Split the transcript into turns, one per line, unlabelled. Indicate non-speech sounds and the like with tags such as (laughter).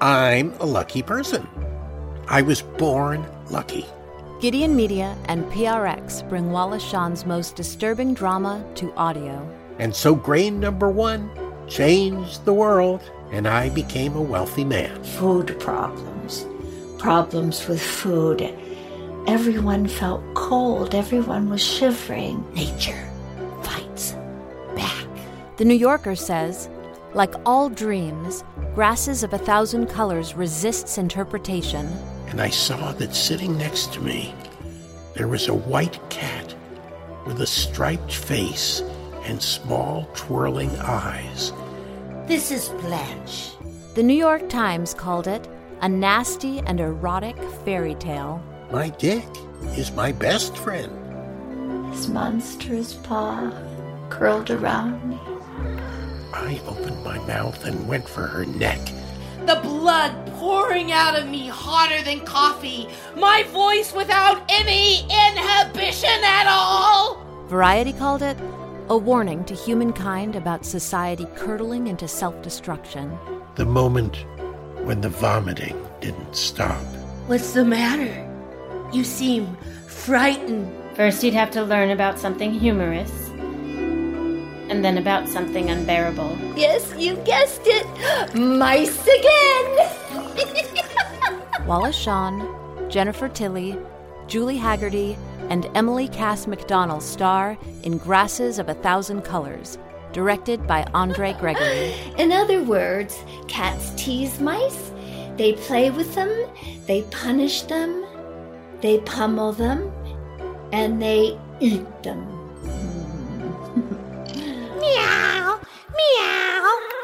I'm a lucky person. I was born lucky.
Gideon Media and PRX bring Wallace Shawn's most disturbing drama to audio.
And so grain number one changed the world, and I became a wealthy man.
food problems, problems with food. Everyone felt cold, everyone was shivering. Nature fights back.
The New Yorker says, like all dreams, Grasses of a Thousand Colors resists interpretation.
And I saw that sitting next to me, there was a white cat with a striped face and small twirling eyes.
This is Blanche.
The New York Times called it a nasty and erotic fairy tale.
My dick is my best friend.
His monstrous paw curled around me.
I opened my mouth and went for her neck.
The blood pouring out of me hotter than coffee. My voice without any inhibition at all.
Variety called it a warning to humankind about society curdling into self destruction.
The moment when the vomiting didn't stop.
What's the matter? You seem frightened.
First, you'd have to learn about something humorous, and then about something unbearable.
Yes, you guessed it! Mice (laughs) again!
Wallace Shawn, Jennifer Tilly, Julie Haggerty, and Emily Cass McDonald star in Grasses of a Thousand Colors, directed by Andre Gregory.
In other words, cats tease mice, they play with them, they punish them, they pummel them, and they (laughs) eat them.
Meow, meow.